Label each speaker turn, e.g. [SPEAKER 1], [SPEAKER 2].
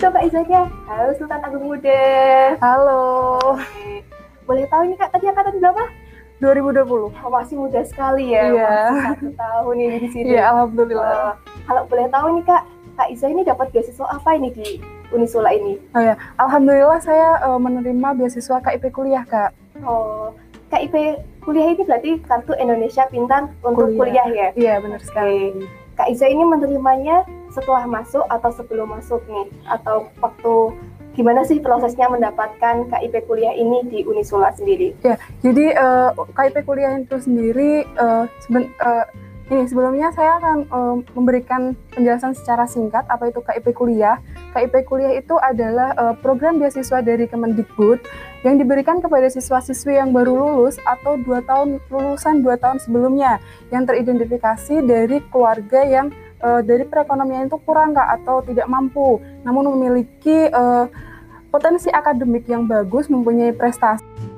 [SPEAKER 1] coba Izanya. Halo Sultan Agung Muda.
[SPEAKER 2] Halo,
[SPEAKER 1] Boleh tahu ini Kak, tadi angkatan berapa?
[SPEAKER 2] 2020.
[SPEAKER 1] Wah, masih muda sekali ya.
[SPEAKER 2] Iya.
[SPEAKER 1] Masih satu tahun ini di sini.
[SPEAKER 2] Iya, alhamdulillah.
[SPEAKER 1] Wah, kalau boleh tahu nih Kak, Kak Iza ini dapat beasiswa apa ini di Unisula ini?
[SPEAKER 2] Alhamdulillah saya eh, menerima beasiswa KIP kuliah, Kak.
[SPEAKER 1] Oh, KIP kuliah ini berarti kartu Indonesia Pintar untuk kuliah,
[SPEAKER 2] Kuliah.
[SPEAKER 1] ya.
[SPEAKER 2] Iya, benar sekali.
[SPEAKER 1] Kak Iza ini menerimanya setelah masuk atau sebelum masuk nih atau waktu gimana sih prosesnya mendapatkan KIP kuliah ini di Unisula sendiri?
[SPEAKER 2] Jadi eh, KIP kuliah itu sendiri eh, seben- eh, ini sebelumnya saya akan eh, memberikan penjelasan secara singkat apa itu KIP kuliah. KIP kuliah itu adalah eh, program beasiswa dari Kemendikbud yang diberikan kepada siswa-siswi yang baru lulus atau dua tahun lulusan dua tahun sebelumnya yang teridentifikasi dari keluarga yang eh, dari perekonomian itu kurang kak atau tidak mampu, namun memiliki eh, potensi akademik yang bagus, mempunyai prestasi